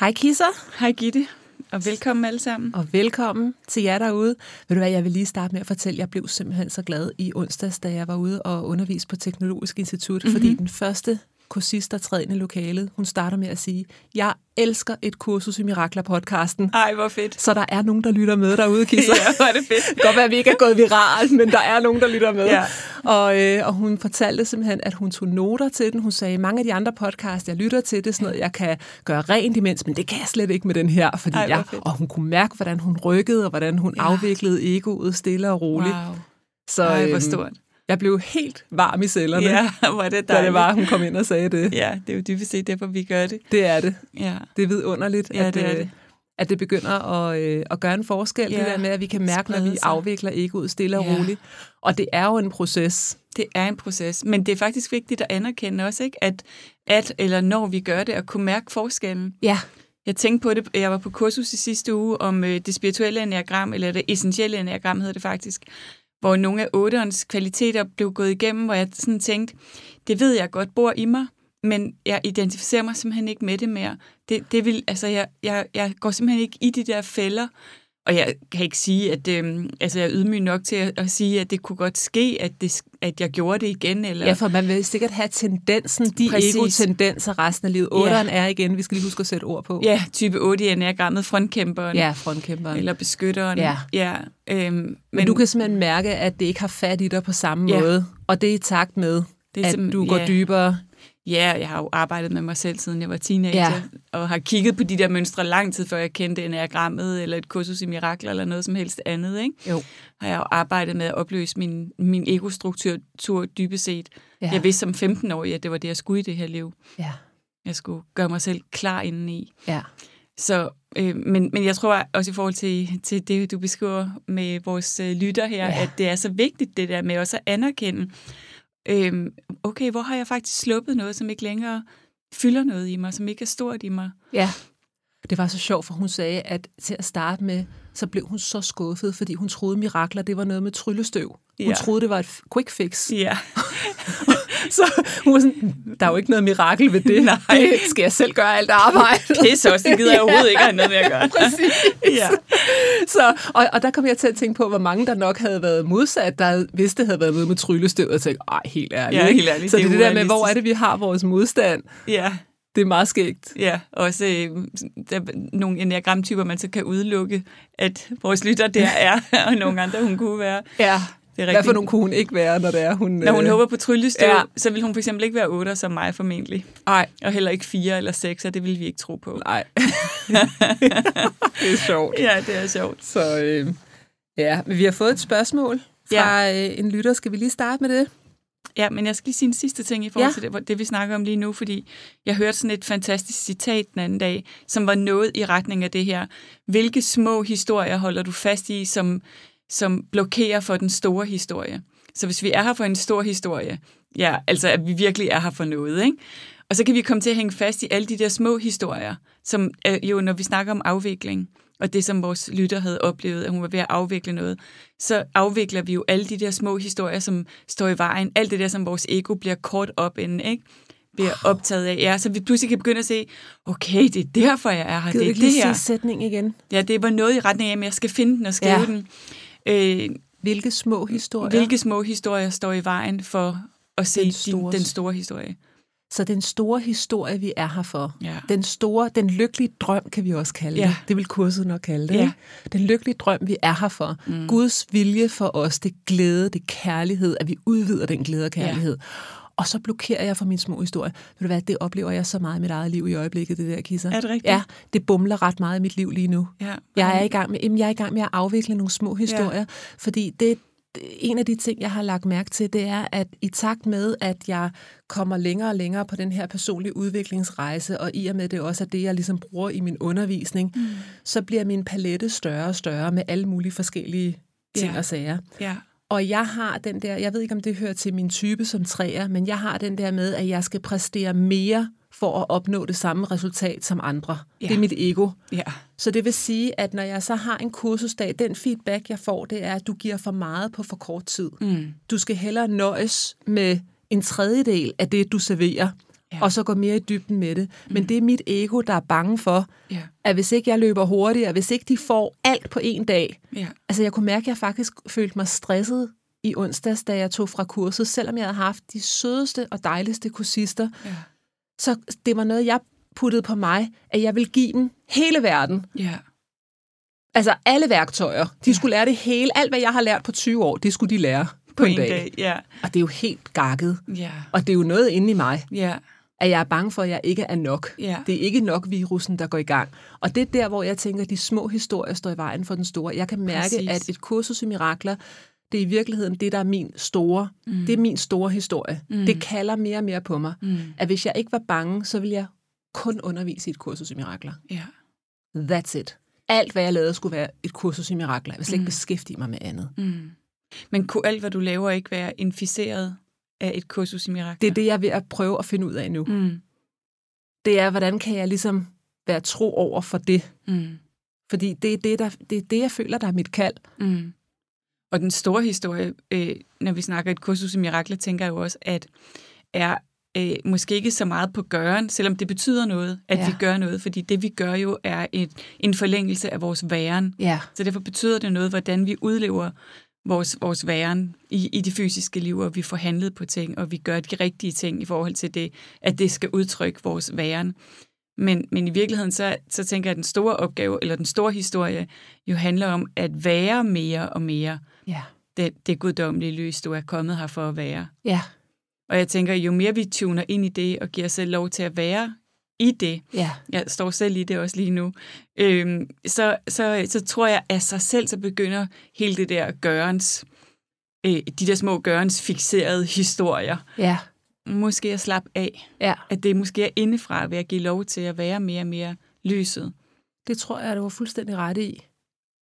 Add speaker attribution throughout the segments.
Speaker 1: Hej kisser,
Speaker 2: Hej Gitte, og velkommen alle sammen.
Speaker 1: og velkommen til jer derude. Ved du hvad, jeg vil lige starte med at fortælle, at jeg blev simpelthen så glad i onsdags, da jeg var ude og undervise på Teknologisk Institut, mm-hmm. fordi den første kursist, der træder ind i lokalet, hun starter med at sige, jeg elsker et kursus i Mirakler-podcasten.
Speaker 2: Ej, hvor fedt.
Speaker 1: Så der er nogen, der lytter med derude, Kisser.
Speaker 2: Ah. Ja, hvor er det fedt.
Speaker 1: Godt være, at vi ikke er gået viralt, men der er nogen, der lytter med.
Speaker 2: Ja.
Speaker 1: Og, øh, og hun fortalte simpelthen, at hun tog noter til den. Hun sagde, mange af de andre podcasts, jeg lytter til, det er sådan noget, jeg kan gøre rent imens, men det kan jeg slet ikke med den her. Fordi
Speaker 2: Ej, hvor
Speaker 1: jeg,
Speaker 2: fedt.
Speaker 1: og hun kunne mærke, hvordan hun rykkede, og hvordan hun ja. afviklede egoet stille og roligt.
Speaker 2: Wow.
Speaker 1: Så
Speaker 2: Ej, hvor
Speaker 1: øhm,
Speaker 2: stort.
Speaker 1: jeg blev helt varm i cellerne,
Speaker 2: Ja, hvor er det
Speaker 1: da det
Speaker 2: dejligt.
Speaker 1: var, hun kom ind og sagde det.
Speaker 2: Ja, det er jo dybest set derfor, vi gør det.
Speaker 1: Det er det.
Speaker 2: Ja.
Speaker 1: Det er vidunderligt,
Speaker 2: Ja,
Speaker 1: at,
Speaker 2: det er
Speaker 1: øh,
Speaker 2: det.
Speaker 1: at det begynder at, øh, at gøre en forskel, ja,
Speaker 2: Ja,
Speaker 1: det der med, at vi kan mærke, når
Speaker 2: sprede
Speaker 1: vi
Speaker 2: sig.
Speaker 1: afvikler egoet stille og
Speaker 2: Ja.
Speaker 1: roligt. Og det er jo en proces.
Speaker 2: Det er en proces, men det er faktisk vigtigt at anerkende også, ikke? At, at eller når vi gør det, at kunne mærke forskellen.
Speaker 1: Ja.
Speaker 2: Jeg tænkte på det, jeg var på kursus i sidste uge om øh, det spirituelle enneagram, eller det essentielle enneagram hedder det faktisk, hvor nogle af otterens kvaliteter blev gået igennem, hvor jeg sådan tænkte, det ved jeg godt bor i mig, men jeg identificerer mig simpelthen ikke med det mere. Det, det vil, altså jeg, jeg, jeg går simpelthen ikke i de der fælder, og jeg kan ikke sige, at øh, altså jeg er ydmyg nok til at, at sige, at det kunne godt ske, at, det, at jeg gjorde det igen. Eller,
Speaker 1: ja, for man vil sikkert have tendensen, de
Speaker 2: Præcis.
Speaker 1: ego-tendenser resten af livet. Otteren er igen, vi skal lige huske at sætte ord på.
Speaker 2: ja, type 8 i enagrammet, frontkæmperen.
Speaker 1: ja frontkæmperen.
Speaker 2: Eller beskytteren.
Speaker 1: Ja.
Speaker 2: ja øhm, men,
Speaker 1: Men du kan simpelthen mærke, at det ikke har fat i dig på samme
Speaker 2: Ja.
Speaker 1: måde. Og det er i takt med,
Speaker 2: Det er
Speaker 1: at
Speaker 2: simpelthen-
Speaker 1: du går
Speaker 2: ja.
Speaker 1: dybere.
Speaker 2: Ja, jeg har jo arbejdet med mig selv, siden jeg var teenager,
Speaker 1: Ja.
Speaker 2: ja. og har kigget på de der mønstre lang tid, før jeg kendte enagrammet, eller et kursus i mirakler, eller noget som helst andet. Ikke?
Speaker 1: Jo.
Speaker 2: Har jeg jo arbejdet med at opløse min, min egostruktur tur dybest set.
Speaker 1: Ja.
Speaker 2: Ja. Jeg vidste som 15-årig, at det var det, jeg skulle i det her liv.
Speaker 1: Ja.
Speaker 2: Jeg skulle gøre mig selv klar indeni.
Speaker 1: ja.
Speaker 2: Så, øh, men, men jeg tror også i forhold til, til det, du beskriver med vores øh, lytter her,
Speaker 1: Ja.
Speaker 2: ja. at det er så vigtigt det der med også at anerkende, øh, okay, hvor har jeg faktisk sluppet noget, som ikke længere fylder noget i mig, som ikke er stort i mig.
Speaker 1: Ja. Det var så sjovt, for hun sagde, at til at starte med, så blev hun så skuffet, fordi hun troede, mirakler, det var noget med tryllestøv. Hun
Speaker 2: Ja.
Speaker 1: troede, det var et f- quick fix.
Speaker 2: Ja,
Speaker 1: Så hun var sådan, der er jo ikke noget mirakel ved det.
Speaker 2: Nej.
Speaker 1: Det skal jeg selv gøre alt arbejde.
Speaker 2: pisse også, det gider jeg overhovedet ikke have noget med at gøre.
Speaker 1: Præcis.
Speaker 2: Ja.
Speaker 1: Så, og, og der kom jeg til at tænke på, hvor mange der nok havde været modsat, der vidste, det havde været noget med tryllestøv, og tænkte, ej, helt ærligt.
Speaker 2: Ja,
Speaker 1: ikke?"
Speaker 2: helt ærligt,
Speaker 1: Så det
Speaker 2: det
Speaker 1: er
Speaker 2: er
Speaker 1: det der med, hvor er
Speaker 2: urealistisk.
Speaker 1: det, vi har vores modstand?
Speaker 2: ja.
Speaker 1: Det er meget skægt.
Speaker 2: Ja, også øh, der er nogle enagramtyper, man så kan udelukke, at vores lytter der er, og nogle andre, hun kunne være.
Speaker 1: Ja.
Speaker 2: Det er
Speaker 1: Hvad for
Speaker 2: rigtigt.
Speaker 1: nogle kunne hun ikke være, når det er, hun...
Speaker 2: Når hun
Speaker 1: øh,
Speaker 2: håber på tryllestøv,
Speaker 1: Ja.
Speaker 2: ja. så vil hun for eksempel ikke være 8 som mig formentlig.
Speaker 1: Ej,
Speaker 2: Og heller ikke 4 eller 6, og det vil vi ikke tro på.
Speaker 1: nej. det er sjovt.
Speaker 2: Ja, det er sjovt.
Speaker 1: Så øh, ja, men vi har fået et spørgsmål fra ja. øh, en lytter. Skal vi lige starte med det?
Speaker 2: Ja, men jeg skal lige sige en sidste ting i forhold
Speaker 1: Ja.
Speaker 2: ja. til det, hvor- det, vi snakker om lige nu, fordi jeg hørte sådan et fantastisk citat den anden dag, som var noget i retning af det her. Hvilke små historier holder du fast i, som, som blokerer for den store historie? Så hvis vi er her for en stor historie, ja, altså at vi virkelig er her for noget, ikke? Og så kan vi komme til at hænge fast i alle de der små historier, som øh, jo, når vi snakker om afvikling, og det som vores lytter havde oplevet, at hun var ved at afvikle noget, så afvikler vi jo alle de der små historier, som står i vejen. Alt det der, som vores ego bliver kort op inden, ikke? bliver optaget af. Ja, så vi pludselig kan begynde at se, okay, det er derfor, jeg er her. det er det her.
Speaker 1: sætning igen?
Speaker 2: Ja, det var noget i retning af, at jeg skal finde den og skrive
Speaker 1: Ja.
Speaker 2: ja. den. Øh,
Speaker 1: Hvilke små historier?
Speaker 2: hvilke små historier står i vejen for at se
Speaker 1: Den
Speaker 2: den
Speaker 1: store.
Speaker 2: store, din, den store historie?
Speaker 1: Så den store historie, vi er her for,
Speaker 2: Ja.
Speaker 1: den store, den lykkelige drøm, kan vi også kalde
Speaker 2: Ja.
Speaker 1: det. Det vil kurset nok kalde det.
Speaker 2: Ja.
Speaker 1: ikke? Den lykkelige drøm, vi er her for. Mm. Guds vilje for os, det glæde, det kærlighed, at vi udvider den glæde og kærlighed. Og så blokerer jeg for min små historie. Ved du hvad, det oplever jeg så meget i mit eget liv i øjeblikket, det der kisser.
Speaker 2: Er det rigtigt?
Speaker 1: Ja, det bumler ret meget i mit liv lige nu.
Speaker 2: Ja.
Speaker 1: Jeg er i gang med, jamen, jeg er i gang med at afvikle nogle små historier, ja. fordi det det- en af de ting, jeg har lagt mærke til, det er, at i takt med, at jeg kommer længere og længere på den her personlige udviklingsrejse, og i og med det også er det, jeg ligesom bruger i min undervisning, mm. så bliver min palette større og større med alle mulige forskellige
Speaker 2: Ja.
Speaker 1: ting ja. og sager.
Speaker 2: Ja.
Speaker 1: Og jeg har den der, jeg ved ikke om det hører til min type som træer, men jeg har den der med, at jeg skal præstere mere for at opnå det samme resultat som andre.
Speaker 2: Ja.
Speaker 1: Ja. Det er mit ego.
Speaker 2: Ja.
Speaker 1: Så det vil sige, at når jeg så har en kursusdag, den feedback, jeg får, det er, at du giver for meget på for kort tid.
Speaker 2: Mm.
Speaker 1: Du skal hellere nøjes med en tredjedel af det, du serverer,
Speaker 2: Ja.
Speaker 1: ja. og så gå mere i dybden med det. Men det er mit ego, der er bange for,
Speaker 2: Ja.
Speaker 1: at hvis ikke jeg løber hurtigere, hvis ikke de får alt på en dag.
Speaker 2: Ja.
Speaker 1: Altså jeg kunne mærke, at jeg faktisk følte mig stresset i onsdags, da jeg tog fra kurset, selvom jeg havde haft de sødeste og dejligste kursister,
Speaker 2: Ja.
Speaker 1: så det var noget, jeg puttede på mig, at jeg ville give dem hele verden.
Speaker 2: Ja.
Speaker 1: Altså alle værktøjer. De skulle lære det hele. Alt, hvad jeg har lært på 20 år, det skulle de lære på,
Speaker 2: På en dag. Ja.
Speaker 1: Og det er jo helt gakket.
Speaker 2: Ja.
Speaker 1: Og det er jo noget inde i mig,
Speaker 2: Ja.
Speaker 1: at jeg er bange for, at jeg ikke er nok.
Speaker 2: Ja.
Speaker 1: Det er ikke nok virusen, der går i gang. Og det er der, hvor jeg tænker, at de små historier står i vejen for den store. Jeg kan mærke,
Speaker 2: Præcis.
Speaker 1: Præcis. at et kursus i mirakler, det er i virkeligheden det, der er min store. Mm. Det er min store historie. Mm. Det kalder mere og mere på mig. Mm. At hvis jeg ikke var bange, så ville jeg kun undervise i et kursus i mirakler.
Speaker 2: Ja.
Speaker 1: That's it. Alt, hvad jeg lavede, skulle være et kursus i mirakler. Jeg vil slet ikke beskæftige mig med andet.
Speaker 2: Mm. Men kunne alt, hvad du laver, ikke være inficeret af et kursus i mirakler?
Speaker 1: Det er det, jeg er ved at prøve at finde ud af nu.
Speaker 2: Mm.
Speaker 1: Det er, hvordan kan jeg ligesom være tro over for det?
Speaker 2: Mm.
Speaker 1: Fordi det er det, der, det, er det jeg føler, der er mit kald.
Speaker 2: Mm. Og den store historie, øh, når vi snakker et kursus i mirakler, tænker jeg jo også, at er øh, måske ikke så meget på gøren, selvom det betyder noget, at ja.
Speaker 1: Ja.
Speaker 2: vi gør noget, fordi det vi gør jo er et, en forlængelse af vores væren.
Speaker 1: Ja.
Speaker 2: Så derfor betyder det noget, hvordan vi udlever vores, vores væren i, i det fysiske liv, og vi får handlet på ting, og vi gør de rigtige ting i forhold til det, at det skal udtrykke vores væren. Men, men i virkeligheden, så, så tænker jeg, at den store opgave, eller den store historie, jo handler om at være mere og mere
Speaker 1: Ja.
Speaker 2: det, det guddommelige lys, du er kommet her for at være.
Speaker 1: Ja.
Speaker 2: Og jeg tænker, jo mere vi tuner ind i det, og giver os selv lov til at være i det,
Speaker 1: Ja.
Speaker 2: jeg står selv i det også lige nu, øhm, så, så, så tror jeg, at sig selv så begynder hele det der gørens, øh, de der små gørens fixerede historier,
Speaker 1: Ja.
Speaker 2: måske at slappe af.
Speaker 1: Ja.
Speaker 2: At det måske er indefra ved at give lov til at være mere og mere lyset.
Speaker 1: Det tror jeg, du var fuldstændig ret i.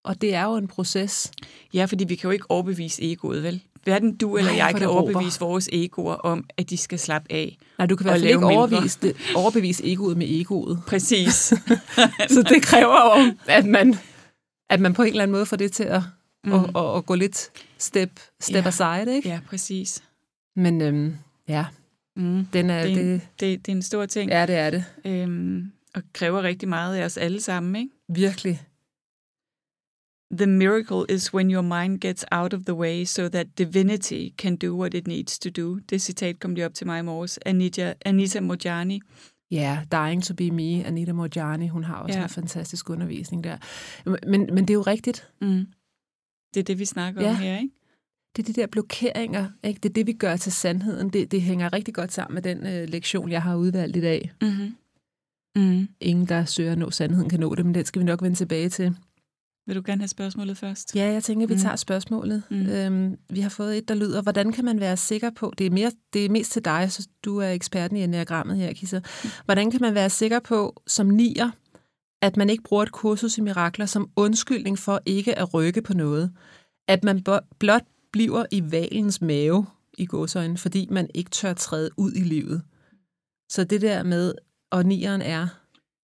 Speaker 1: Og det er jo en proces.
Speaker 2: Ja, fordi vi kan jo ikke overbevise egoet, vel? Hverken du eller
Speaker 1: Nej,
Speaker 2: jeg
Speaker 1: hvor
Speaker 2: kan
Speaker 1: det råber.
Speaker 2: overbevise vores egoer om, at de skal slappe af.
Speaker 1: Nej, du kan i
Speaker 2: Og
Speaker 1: hvert fald ikke
Speaker 2: lave mindre.
Speaker 1: overbevise, det, overbevise egoet med egoet.
Speaker 2: Præcis.
Speaker 1: Så det kræver jo, at man, at man på en eller anden måde får det til at, mm. at, at, at gå lidt step, step
Speaker 2: Ja.
Speaker 1: ja. aside. Ikke?
Speaker 2: ja, præcis.
Speaker 1: Men øhm, ja,
Speaker 2: Mm.
Speaker 1: den er,
Speaker 2: Det, er en,
Speaker 1: det,
Speaker 2: det, det er en stor ting,
Speaker 1: ja, det er det.
Speaker 2: øhm, og kræver rigtig meget af os alle sammen, ikke?
Speaker 1: Virkelig.
Speaker 2: The miracle is when your mind gets out of the way so that divinity can do what it needs to do. Det citat kom lige op til mig i morges. Anita, Anita Mojani.
Speaker 1: Ja, Dying to be me, Anita Morjani, hun har også
Speaker 2: Ja.
Speaker 1: ja. en fantastisk undervisning der. Men, men det er jo rigtigt.
Speaker 2: Mm. Det er det, vi snakker ja.
Speaker 1: Ja.
Speaker 2: om her, ikke?
Speaker 1: Det er de der blokeringer, ikke? det er det, vi gør til sandheden. Det, det hænger rigtig godt sammen med den øh, lektion, jeg har udvalgt i dag.
Speaker 2: Mm-hmm. Mm.
Speaker 1: Ingen, der søger at nå sandheden, kan nå det, men den skal vi nok vende tilbage til.
Speaker 2: Vil du gerne have spørgsmålet først?
Speaker 1: Ja, jeg tænker, vi
Speaker 2: Mm.
Speaker 1: tager spørgsmålet.
Speaker 2: Mm.
Speaker 1: Mm. Øhm, vi har fået et, der lyder, hvordan kan man være sikker på, det er, mere, det er mest til dig, så du er eksperten i enagrammet her, Kissa. Hvordan kan man være sikker på, som nier, at man ikke bruger et kursus i mirakler som undskyldning for ikke at rykke på noget? At man bo- blot bliver i valens mave, i godsøjne, fordi man ikke tør træde ud i livet. Så det der med, og nieren er,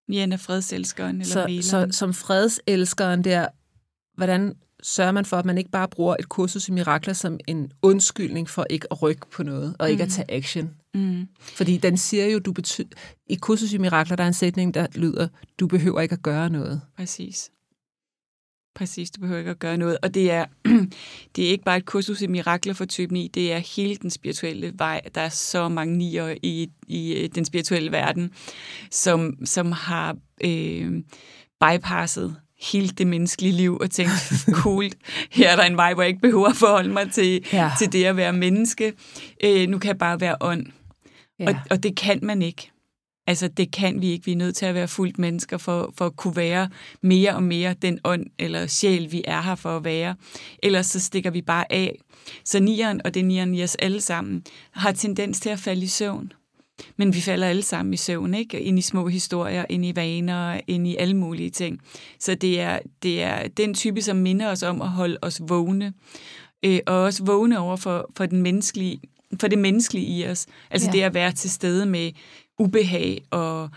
Speaker 2: Nian er fredselskeren eller
Speaker 1: så, så
Speaker 2: væleren.
Speaker 1: som fredselskeren der, hvordan sørger man for, at man ikke bare bruger et kursus i mirakler som en undskyldning for ikke at rykke på noget, og ikke at tage action?
Speaker 2: Mm.
Speaker 1: Fordi den siger jo, du betyder... I kursus i mirakler, der er en sætning, der lyder, du behøver ikke at gøre noget.
Speaker 2: Præcis. Præcis, du behøver ikke at gøre noget. Og det er, det er ikke bare et kursus i mirakler for type 9, det er hele den spirituelle vej. Der er så mange nier i, i øh, den spirituelle verden, som, som har øh, bypasset hele det menneskelige liv og tænkt, cool, her er der en vej, hvor jeg ikke behøver at forholde mig til,
Speaker 1: Ja.
Speaker 2: ja. til det at være menneske. Øh, nu kan jeg bare være ånd. Ja. Og, og det kan man ikke. Altså, det kan vi ikke. Vi er nødt til at være fuldt mennesker for, for at kunne være mere og mere den ånd eller sjæl, vi er her for at være. Ellers så stikker vi bare af. Så nieren, og det er nieren i os alle sammen, har tendens til at falde i søvn. Men vi falder alle sammen i søvn, ikke? Ind i små historier, ind i vaner, ind i alle mulige ting. Så det er, det er den type, som minder os om at holde os vågne. Øh, og også vågne over for, for, den menneskelige, for det menneskelige i os. Altså
Speaker 1: Ja.
Speaker 2: ja. det at være til stede med ubehag og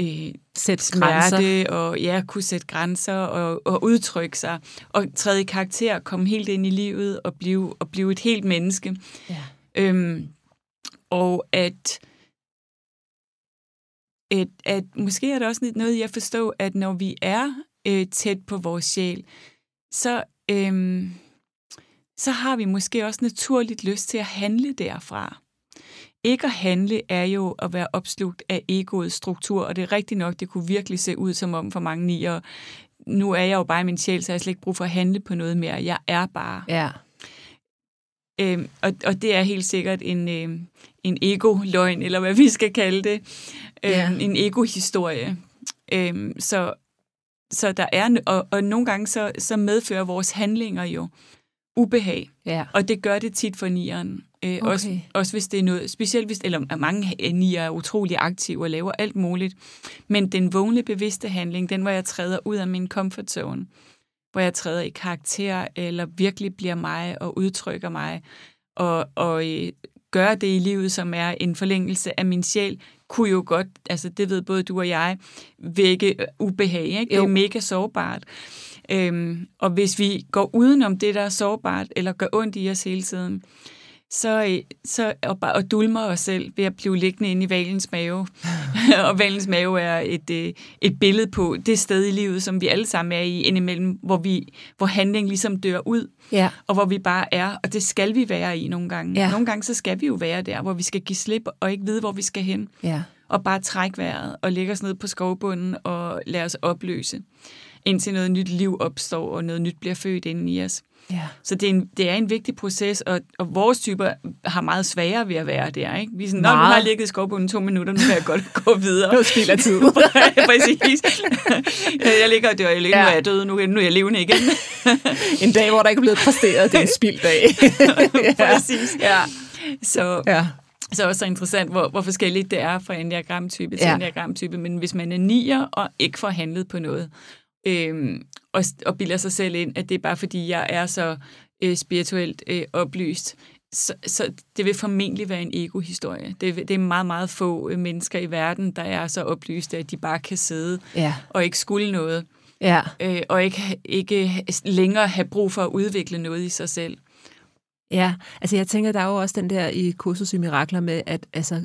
Speaker 2: øh,
Speaker 1: Sæt grænser.
Speaker 2: smerte, og ja, kunne sætte grænser og, og udtrykke sig, og træde i karakter, komme helt ind i livet og blive, og blive et helt menneske.
Speaker 1: Ja.
Speaker 2: Øhm, og at, at, at måske er der også lidt noget i at forstå, at når vi er øh, tæt på vores sjæl, så, øhm, så har vi måske også naturligt lyst til at handle derfra. Ikke at handle er jo at være opslugt af egoets struktur, og det er rigtigt nok, det kunne virkelig se ud som om for mange nier, nu er jeg jo bare i min sjæl, så jeg har slet ikke brug for at handle på noget mere. Jeg er bare.
Speaker 1: Ja.
Speaker 2: Øhm, og, og det er helt sikkert en, øhm, en ego-løgn, eller hvad vi skal kalde det. Øhm,
Speaker 1: Ja.
Speaker 2: En ego-historie. Øhm, så, så der er, n- og, og nogle gange så, så medfører vores handlinger jo ubehag,
Speaker 1: Ja.
Speaker 2: og det gør det tit for nieren. Øh,
Speaker 1: Okay.
Speaker 2: også, også hvis det er noget, specielt hvis, eller at mange øh, nier er utrolig aktive og laver alt muligt, men den vågne bevidste handling, den hvor jeg træder ud af min comfort zone, hvor jeg træder i karakter, eller virkelig bliver mig og udtrykker mig, og, og øh, gøre det i livet, som er en forlængelse af min sjæl, kunne jo godt, altså det ved både du og jeg, vække øh, ubehag. Ikke? Det
Speaker 1: Jo.
Speaker 2: er mega sårbart. Øhm, og hvis vi går udenom det, der er sårbart, eller gør ondt i os hele tiden, så, øh, så og, bare, og dulmer os selv ved at blive liggende inde i valens mave. og valens mave er et, øh, et billede på det sted i livet, som vi alle sammen er i indimellem, hvor, vi, hvor handling ligesom dør ud
Speaker 1: Ja.
Speaker 2: og hvor vi bare er, og det skal vi være i nogle gange.
Speaker 1: Ja.
Speaker 2: Ja. Nogle gange så skal vi jo være der, hvor vi skal give slip og ikke vide, hvor vi skal hen,
Speaker 1: Ja.
Speaker 2: og bare trække vejret og lægge os ned på skovbunden og lade os opløse, indtil noget nyt liv opstår og noget nyt bliver født inden i os.
Speaker 1: Ja.
Speaker 2: Så det er en, det er en vigtig proces, og, og vores typer har meget sværere ved at være der. Ikke? Vi er sådan, Nå, nu
Speaker 1: Meget.
Speaker 2: har jeg ligget i skovbunden to minutter, nu kan jeg godt gå videre.
Speaker 1: Nu spilder tid.
Speaker 2: Præcis. Jeg ligger og dør, jeg ligger, ja. nu er jeg død, nu, er- nu er jeg levende igen.
Speaker 1: En dag, hvor der ikke er blevet præsteret, det er en spild dag.
Speaker 2: Præcis. Ja. Så,
Speaker 1: Ja.
Speaker 2: så også så interessant, hvor, hvor forskelligt det er fra en diagramtype til
Speaker 1: Ja.
Speaker 2: ja. en diagramtype. Men hvis man er nier og ikke får handlet på noget, øhm, og, og bilder sig selv ind, at det er bare fordi, jeg er så øh, spirituelt øh, oplyst, så, så det vil formentlig være en ego-historie. Det, vil- det er meget, meget få øh, mennesker i verden, der er så oplyste, at de bare kan sidde
Speaker 1: Ja.
Speaker 2: og ikke skulle noget,
Speaker 1: Ja.
Speaker 2: øh, og ikke, ikke længere have brug for at udvikle noget i sig selv.
Speaker 1: Ja, altså jeg tænker, der er jo også den der i kursus i mirakler med, at altså,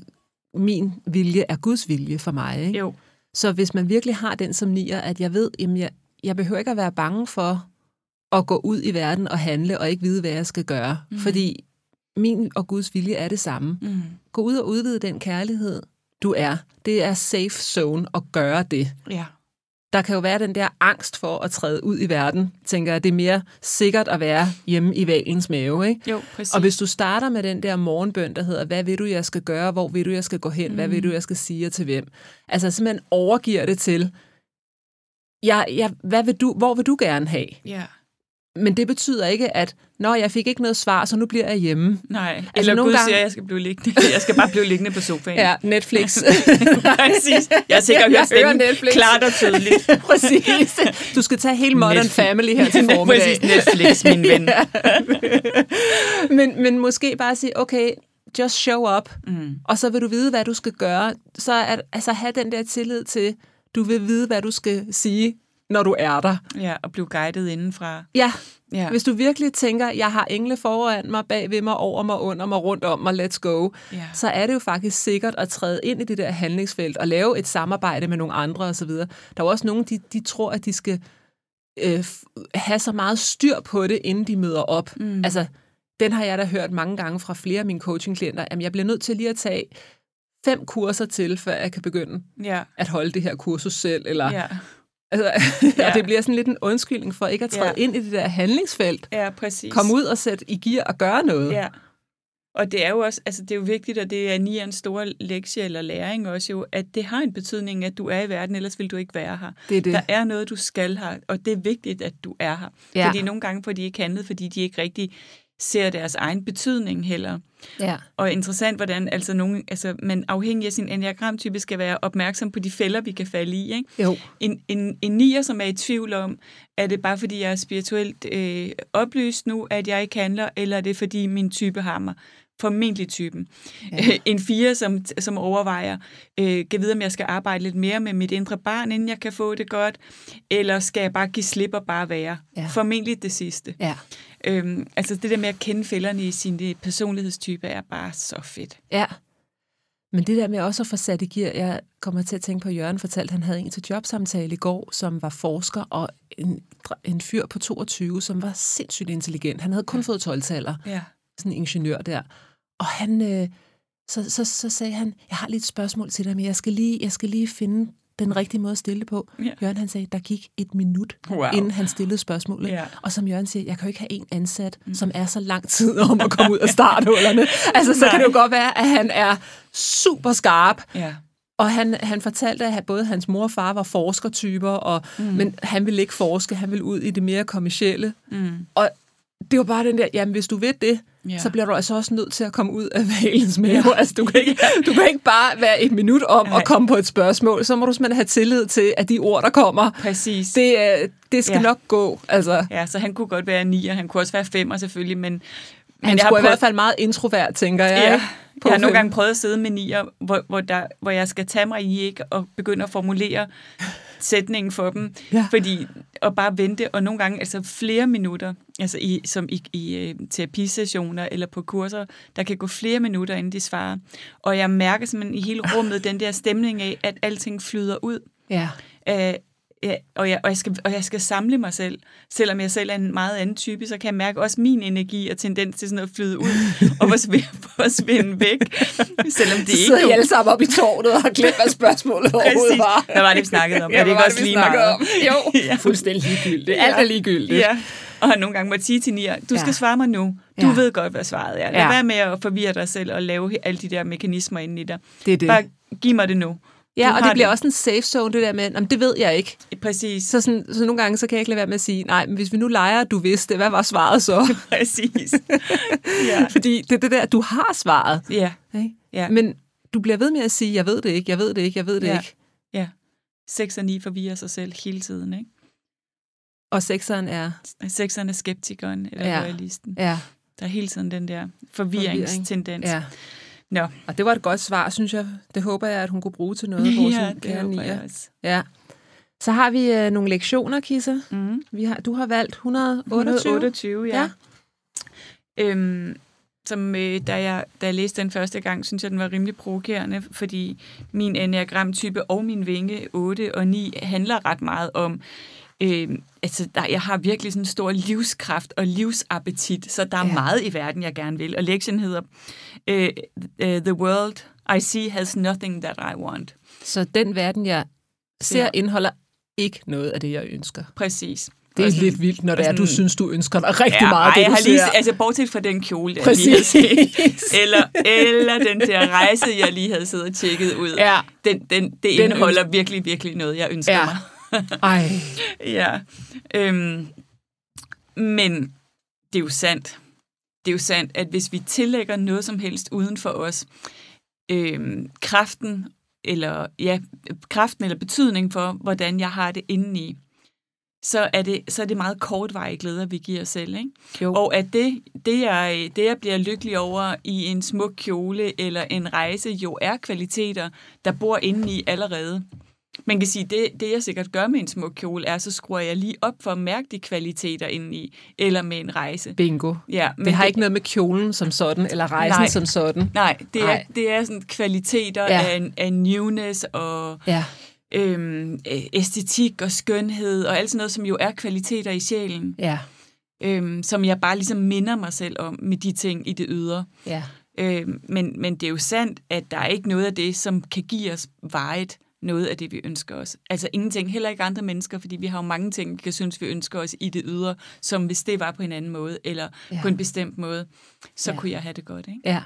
Speaker 1: min vilje er Guds vilje for mig. Ikke?
Speaker 2: Jo.
Speaker 1: Så hvis man virkelig har den som nier, at jeg ved, jamen jeg, jeg behøver ikke at være bange for at gå ud i verden og handle, og ikke vide, hvad jeg skal gøre. Mm. Fordi min og Guds vilje er det samme.
Speaker 2: Mm.
Speaker 1: Gå ud og udvide den kærlighed, du er. Det er safe zone at gøre det.
Speaker 2: Ja.
Speaker 1: Der kan jo være den der angst for at træde ud i verden. Tænker jeg, det er mere sikkert at være hjemme i valens mave, ikke?
Speaker 2: Jo, præcis.
Speaker 1: Og hvis du starter med den der morgenbøn, der hedder, hvad vil du, jeg skal gøre, hvor vil du, jeg skal gå hen, mm. hvad vil du, jeg skal sige og til hvem? Altså simpelthen overgiver det til, jeg, jeg, hvad vil du, hvor vil du gerne have?
Speaker 2: Ja.
Speaker 1: Men det betyder ikke, at når jeg fik ikke noget svar, så nu bliver jeg hjemme.
Speaker 2: Nej, altså eller
Speaker 1: nogle
Speaker 2: Gud
Speaker 1: gange-
Speaker 2: gange... siger, at jeg skal blive liggende. Jeg skal bare blive liggende på sofaen.
Speaker 1: Ja, Netflix.
Speaker 2: Præcis. Jeg er sikker, at
Speaker 1: Jeg
Speaker 2: jeg
Speaker 1: hører
Speaker 2: stemmen
Speaker 1: Netflix.
Speaker 2: klart og tydeligt.
Speaker 1: Præcis. Du skal tage hele Modern
Speaker 2: Netflix.
Speaker 1: Family her til formiddag.
Speaker 2: Præcis, Netflix, min ven. Ja.
Speaker 1: men, men måske bare sige, okay, just show up, mm. og så vil du vide, hvad du skal gøre. Så at, altså have den der tillid til, du vil vide, hvad du skal sige, når du er der.
Speaker 2: ja, og blive guidet indenfra.
Speaker 1: Ja,
Speaker 2: Ja.
Speaker 1: hvis du virkelig tænker, jeg har engle foran mig, bag ved mig, over mig, under mig, rundt om mig, let's go,
Speaker 2: Ja.
Speaker 1: så er det jo faktisk sikkert at træde ind i det der handlingsfelt og lave et samarbejde med nogle andre osv. Der er jo også nogen, de, de tror, at de skal øh, f- have så meget styr på det, inden de møder op. Mm. Altså, den har jeg da hørt mange gange fra flere af mine coachingklienter, at jeg bliver nødt til lige at tage fem kurser til, før jeg kan begynde
Speaker 2: Ja.
Speaker 1: at holde det her kursus selv, eller
Speaker 2: Ja.
Speaker 1: Altså,
Speaker 2: Ja.
Speaker 1: og det bliver sådan lidt en undskyldning for ikke at træde
Speaker 2: Ja.
Speaker 1: ind i det der handlingsfelt.
Speaker 2: ja, præcis.
Speaker 1: Kom ud og sæt i gear og gøre noget.
Speaker 2: Ja. Og det er jo også, altså det er jo vigtigt, og det er Nians store lektie eller læring også jo, at det har en betydning, at du er i verden, ellers vil du ikke være her.
Speaker 1: Det er det.
Speaker 2: Der er noget, du skal her, og det er vigtigt, at du er her.
Speaker 1: Ja.
Speaker 2: Fordi nogle gange får de ikke handlet, fordi de ikke rigtig ser deres egen betydning heller.
Speaker 1: Ja.
Speaker 2: Og interessant, hvordan altså nogen, altså, man afhængig af sin enneagramtype skal være opmærksom på de fælder, vi kan falde i. Ikke?
Speaker 1: Jo.
Speaker 2: en, en, en nier, som er i tvivl om, er det bare fordi, jeg er spirituelt øh, oplyst nu, at jeg ikke handler, eller er det fordi, min type har mig? Formentlig typen. Ja. En fire, som, som overvejer, øh, kan vide, om jeg skal arbejde lidt mere med mit indre barn, inden jeg kan få det godt, eller skal jeg bare give slip og bare være?
Speaker 1: Ja.
Speaker 2: Ja. Formentlig det sidste.
Speaker 1: Ja.
Speaker 2: Øhm, altså det der med at kende fælderne i sin øh, personlighedstype er bare så fedt.
Speaker 1: ja. Men det der med også at få sat i gear, jeg kommer til at tænke på, at Jørgen fortalte, at han havde en til jobsamtale i går, som var forsker og en, en fyr på 22, som var sindssygt intelligent. Han havde kun fået 12-taller.
Speaker 2: Ja.
Speaker 1: sådan en ingeniør der. Og han, øh, så, så, så sagde han, jeg har lige et spørgsmål til dig, men jeg skal lige, jeg skal lige finde den rigtige måde at stille det på.
Speaker 2: Ja.
Speaker 1: Jørgen han sagde, der gik et minut,
Speaker 2: Wow.
Speaker 1: inden han stillede spørgsmålet.
Speaker 2: Ja.
Speaker 1: Og som Jørgen siger, jeg kan jo ikke have en ansat, mm. som er så lang tid om at komme ud af starthullerne. altså, så kan det jo godt være, at han er super skarp,
Speaker 2: Ja.
Speaker 1: og han, han fortalte, at både hans mor og far var forskertyper, og, mm. men han ville ikke forske, han ville ud i det mere kommercielle. Mm. Og det var bare den der, jamen hvis du ved det,
Speaker 2: Ja.
Speaker 1: ja. så bliver du altså også nødt til at komme ud af valens mave. Altså, du, kan ikke, du kan ikke bare være et minut om
Speaker 2: Nej.
Speaker 1: at komme på et spørgsmål, så må du simpelthen have tillid til, at de ord, der kommer,
Speaker 2: Præcis.
Speaker 1: det, øh, det skal
Speaker 2: Ja.
Speaker 1: ja. nok gå. Altså, han
Speaker 2: Ja, så han kunne godt være 9, og han kunne også være 5, selvfølgelig, men... men
Speaker 1: men
Speaker 2: jeg
Speaker 1: skulle
Speaker 2: har
Speaker 1: i hvert
Speaker 2: prøvet,
Speaker 1: fald meget introvert, tænker jeg.
Speaker 2: ja,
Speaker 1: ikke? På
Speaker 2: jeg har nogle
Speaker 1: fem.
Speaker 2: gange prøvet at sidde med 9, hvor, hvor, der, hvor jeg skal tage mig i ikke og begynde at formulere sætningen for dem,
Speaker 1: Ja.
Speaker 2: fordi og bare vente, og nogle gange altså flere minutter, altså i, som i, i øh, terapisessioner eller på kurser, der kan gå flere minutter, inden de svarer. Og jeg mærker simpelthen i hele rummet den der stemning af, at alting flyder ud.
Speaker 1: Ja.
Speaker 2: Øh, ja, og, jeg, og, jeg skal, og jeg skal samle mig selv. Selvom jeg selv er en meget anden type, så kan jeg mærke også min energi og tendens til sådan at flyde ud og forsvinde, forsvinde væk. Selvom det
Speaker 1: Så
Speaker 2: ikke
Speaker 1: sidder I
Speaker 2: er
Speaker 1: alle sammen op i tårnet og har glemt, hvad spørgsmålet overhovedet
Speaker 2: præcis.
Speaker 1: var.
Speaker 2: Hvad var det, vi snakkede om?
Speaker 1: Ja,
Speaker 2: er det ikke
Speaker 1: hvad var
Speaker 2: også
Speaker 1: det, vi
Speaker 2: lige
Speaker 1: snakkede
Speaker 2: meget?
Speaker 1: om? Jo,
Speaker 2: Ja.
Speaker 1: fuldstændig ligegyldigt. Alt er ligegyldigt.
Speaker 2: Ja, og nogle gange må sige til Nia, du skal
Speaker 1: Ja.
Speaker 2: svare mig nu. Du
Speaker 1: Ja.
Speaker 2: ved godt, hvad svaret er. Lad
Speaker 1: Ja.
Speaker 2: være med at forvirre dig selv og lave he- alle de der mekanismer inde i dig.
Speaker 1: Det er det.
Speaker 2: Bare giv mig det nu.
Speaker 1: Ja,
Speaker 2: Du
Speaker 1: og
Speaker 2: har
Speaker 1: det bliver også en safe zone, det der med, jamen, det ved jeg ikke.
Speaker 2: Præcis.
Speaker 1: Så, sådan, så nogle gange så kan jeg ikke lade være med at sige, nej, men hvis vi nu leger, at du vidste, hvad var svaret så?
Speaker 2: Præcis. ja.
Speaker 1: Fordi det er det der, du har svaret.
Speaker 2: ja.
Speaker 1: Ikke?
Speaker 2: Ja.
Speaker 1: Men du bliver ved med at sige, jeg ved det ikke, jeg ved det ikke, jeg ved det
Speaker 2: Ja.
Speaker 1: ikke.
Speaker 2: Ja. 6 og 9 forvirrer sig selv hele tiden, ikke?
Speaker 1: Og sekseren er...
Speaker 2: 6'eren er skeptikeren eller ja.
Speaker 1: Ja.
Speaker 2: realisten.
Speaker 1: Ja,
Speaker 2: Der er hele tiden den der forvirringstendens.
Speaker 1: ja.
Speaker 2: Nå,
Speaker 1: Og det var et godt svar, synes jeg. Det håber jeg, at hun kunne bruge til noget. vores
Speaker 2: ja, det
Speaker 1: kære
Speaker 2: håber
Speaker 1: nier.
Speaker 2: jeg også.
Speaker 1: Ja. Så har vi øh, nogle lektioner, Kisser.
Speaker 2: Mm.
Speaker 1: Vi har, du har valgt 128.
Speaker 2: 128, ja. ja.
Speaker 1: Ja.
Speaker 2: Øhm, som øh, da, jeg, da jeg læste den første gang, synes jeg, den var rimelig provokerende, fordi min enneagramtype og min vinge 8 og 9 handler ret meget om, øh, altså der, jeg har virkelig sådan en stor livskraft og livsappetit, så der er ja.
Speaker 1: Ja.
Speaker 2: meget i verden, jeg gerne vil. Og lektien hedder, øh, øh, The world I see has nothing that I want.
Speaker 1: Så den verden, jeg ser,
Speaker 2: Ja.
Speaker 1: indeholder ikke noget af det, jeg ønsker. Altså,
Speaker 2: Præcis.
Speaker 1: Det er
Speaker 2: Og sådan-
Speaker 1: lidt vildt, når det er,
Speaker 2: sådan-
Speaker 1: du synes, du ønsker dig rigtig meget,
Speaker 2: ej,
Speaker 1: det
Speaker 2: jeg
Speaker 1: du
Speaker 2: har lige,
Speaker 1: ser.
Speaker 2: altså bortset fra den kjole, der lige har
Speaker 1: Præcis.
Speaker 2: eller, eller den der rejse, jeg lige havde siddet og tjekket ud.
Speaker 1: Ja.
Speaker 2: Den, den, det
Speaker 1: Den
Speaker 2: indeholder virkelig, virkelig noget, jeg ønsker
Speaker 1: Ja.
Speaker 2: mig.
Speaker 1: Ej,
Speaker 2: Ja. Øhm, men det er jo sandt. Det er jo sandt, at hvis vi tillægger noget som helst uden for os, øhm, kraften eller ja, kraften eller betydning for, hvordan jeg har det indeni, så er det, så er det meget kortvarige glæder, vi giver os selv. Ikke?
Speaker 1: Jo.
Speaker 2: Og at det, det, jeg, det, jeg bliver lykkelig over i en smuk kjole eller en rejse, jo er kvaliteter, der bor indeni allerede. Man kan sige, det, det jeg sikkert gør med en smuk kjole, er, så skruer jeg lige op for at mærke de kvaliteter indeni, eller med en rejse.
Speaker 1: bingo.
Speaker 2: Ja, men
Speaker 1: Det har ikke noget med kjolen som sådan, eller rejsen
Speaker 2: Nej.
Speaker 1: som sådan.
Speaker 2: Nej, det er,
Speaker 1: Nej.
Speaker 2: det er sådan kvaliteter
Speaker 1: Ja.
Speaker 2: ja. af, af newness og
Speaker 1: Ja,
Speaker 2: øhm, æstetik og skønhed og alt sådan noget, som jo er kvaliteter i sjælen,
Speaker 1: Ja,
Speaker 2: øhm, som jeg bare ligesom minder mig selv om med de ting i det ydre.
Speaker 1: ja.
Speaker 2: Øhm, men, men det er jo sandt, at der er ikke noget af det, som kan give os vejet noget af det, vi ønsker os. Altså ingenting, heller ikke andre mennesker, fordi vi har jo mange ting, vi kan synes, vi ønsker os i det ydre, som hvis det var på en anden måde, eller
Speaker 1: Ja.
Speaker 2: ja. på en bestemt måde, så
Speaker 1: Ja.
Speaker 2: ja. kunne jeg have det godt. Ikke?
Speaker 1: Ja.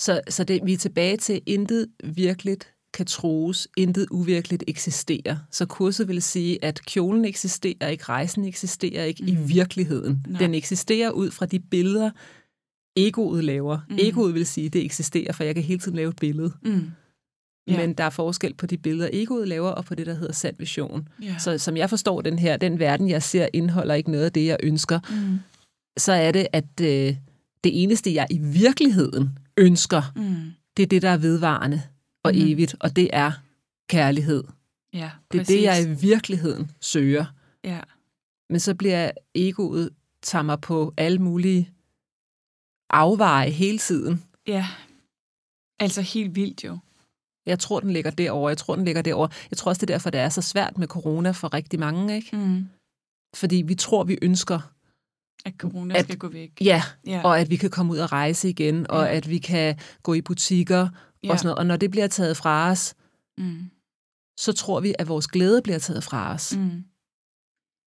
Speaker 1: Så, så det, vi er tilbage til, intet virkeligt kan troes, intet uvirkeligt eksisterer. Så kurset vil sige, at kjolen eksisterer ikke, rejsen eksisterer ikke mm. i virkeligheden. Nej.
Speaker 2: Nej.
Speaker 1: Den eksisterer ud fra de billeder, egoet laver. Mm. Egoet vil sige, at det eksisterer, for jeg kan hele tiden lave et billede.
Speaker 2: Mm.
Speaker 1: Ja. Men der er forskel på de billeder, egoet laver, og på det, der hedder sand vision.
Speaker 2: ja.
Speaker 1: Så som jeg forstår den her, den verden, jeg ser, indeholder ikke noget af det, jeg ønsker.
Speaker 2: Mm.
Speaker 1: Så er det, at øh, det eneste, jeg i virkeligheden ønsker,
Speaker 2: Mm.
Speaker 1: det er det, der er vedvarende og mm.
Speaker 2: Mhm.
Speaker 1: evigt, og det er kærlighed.
Speaker 2: ja
Speaker 1: Det er
Speaker 2: præcis.
Speaker 1: det, jeg i virkeligheden søger.
Speaker 2: Ja.
Speaker 1: Men så bliver egoet tager mig på alle mulige afveje hele tiden.
Speaker 2: ja. Altså helt vildt jo.
Speaker 1: Jeg tror, den ligger derovre. Jeg tror, den ligger derovre. Jeg tror også, det er derfor, det er så svært med corona for rigtig mange. Ikke?
Speaker 2: Mm.
Speaker 1: Fordi vi tror, vi ønsker,
Speaker 2: At corona
Speaker 1: At-
Speaker 2: at... skal gå væk.
Speaker 1: ja,
Speaker 2: Ja.
Speaker 1: og at vi kan komme ud og rejse igen, og
Speaker 2: Ja.
Speaker 1: at vi kan gå i butikker
Speaker 2: ja.
Speaker 1: og sådan noget. Og når det bliver taget fra os,
Speaker 2: Mm.
Speaker 1: så tror vi, at vores glæde bliver taget fra os. Mm.
Speaker 2: Mm.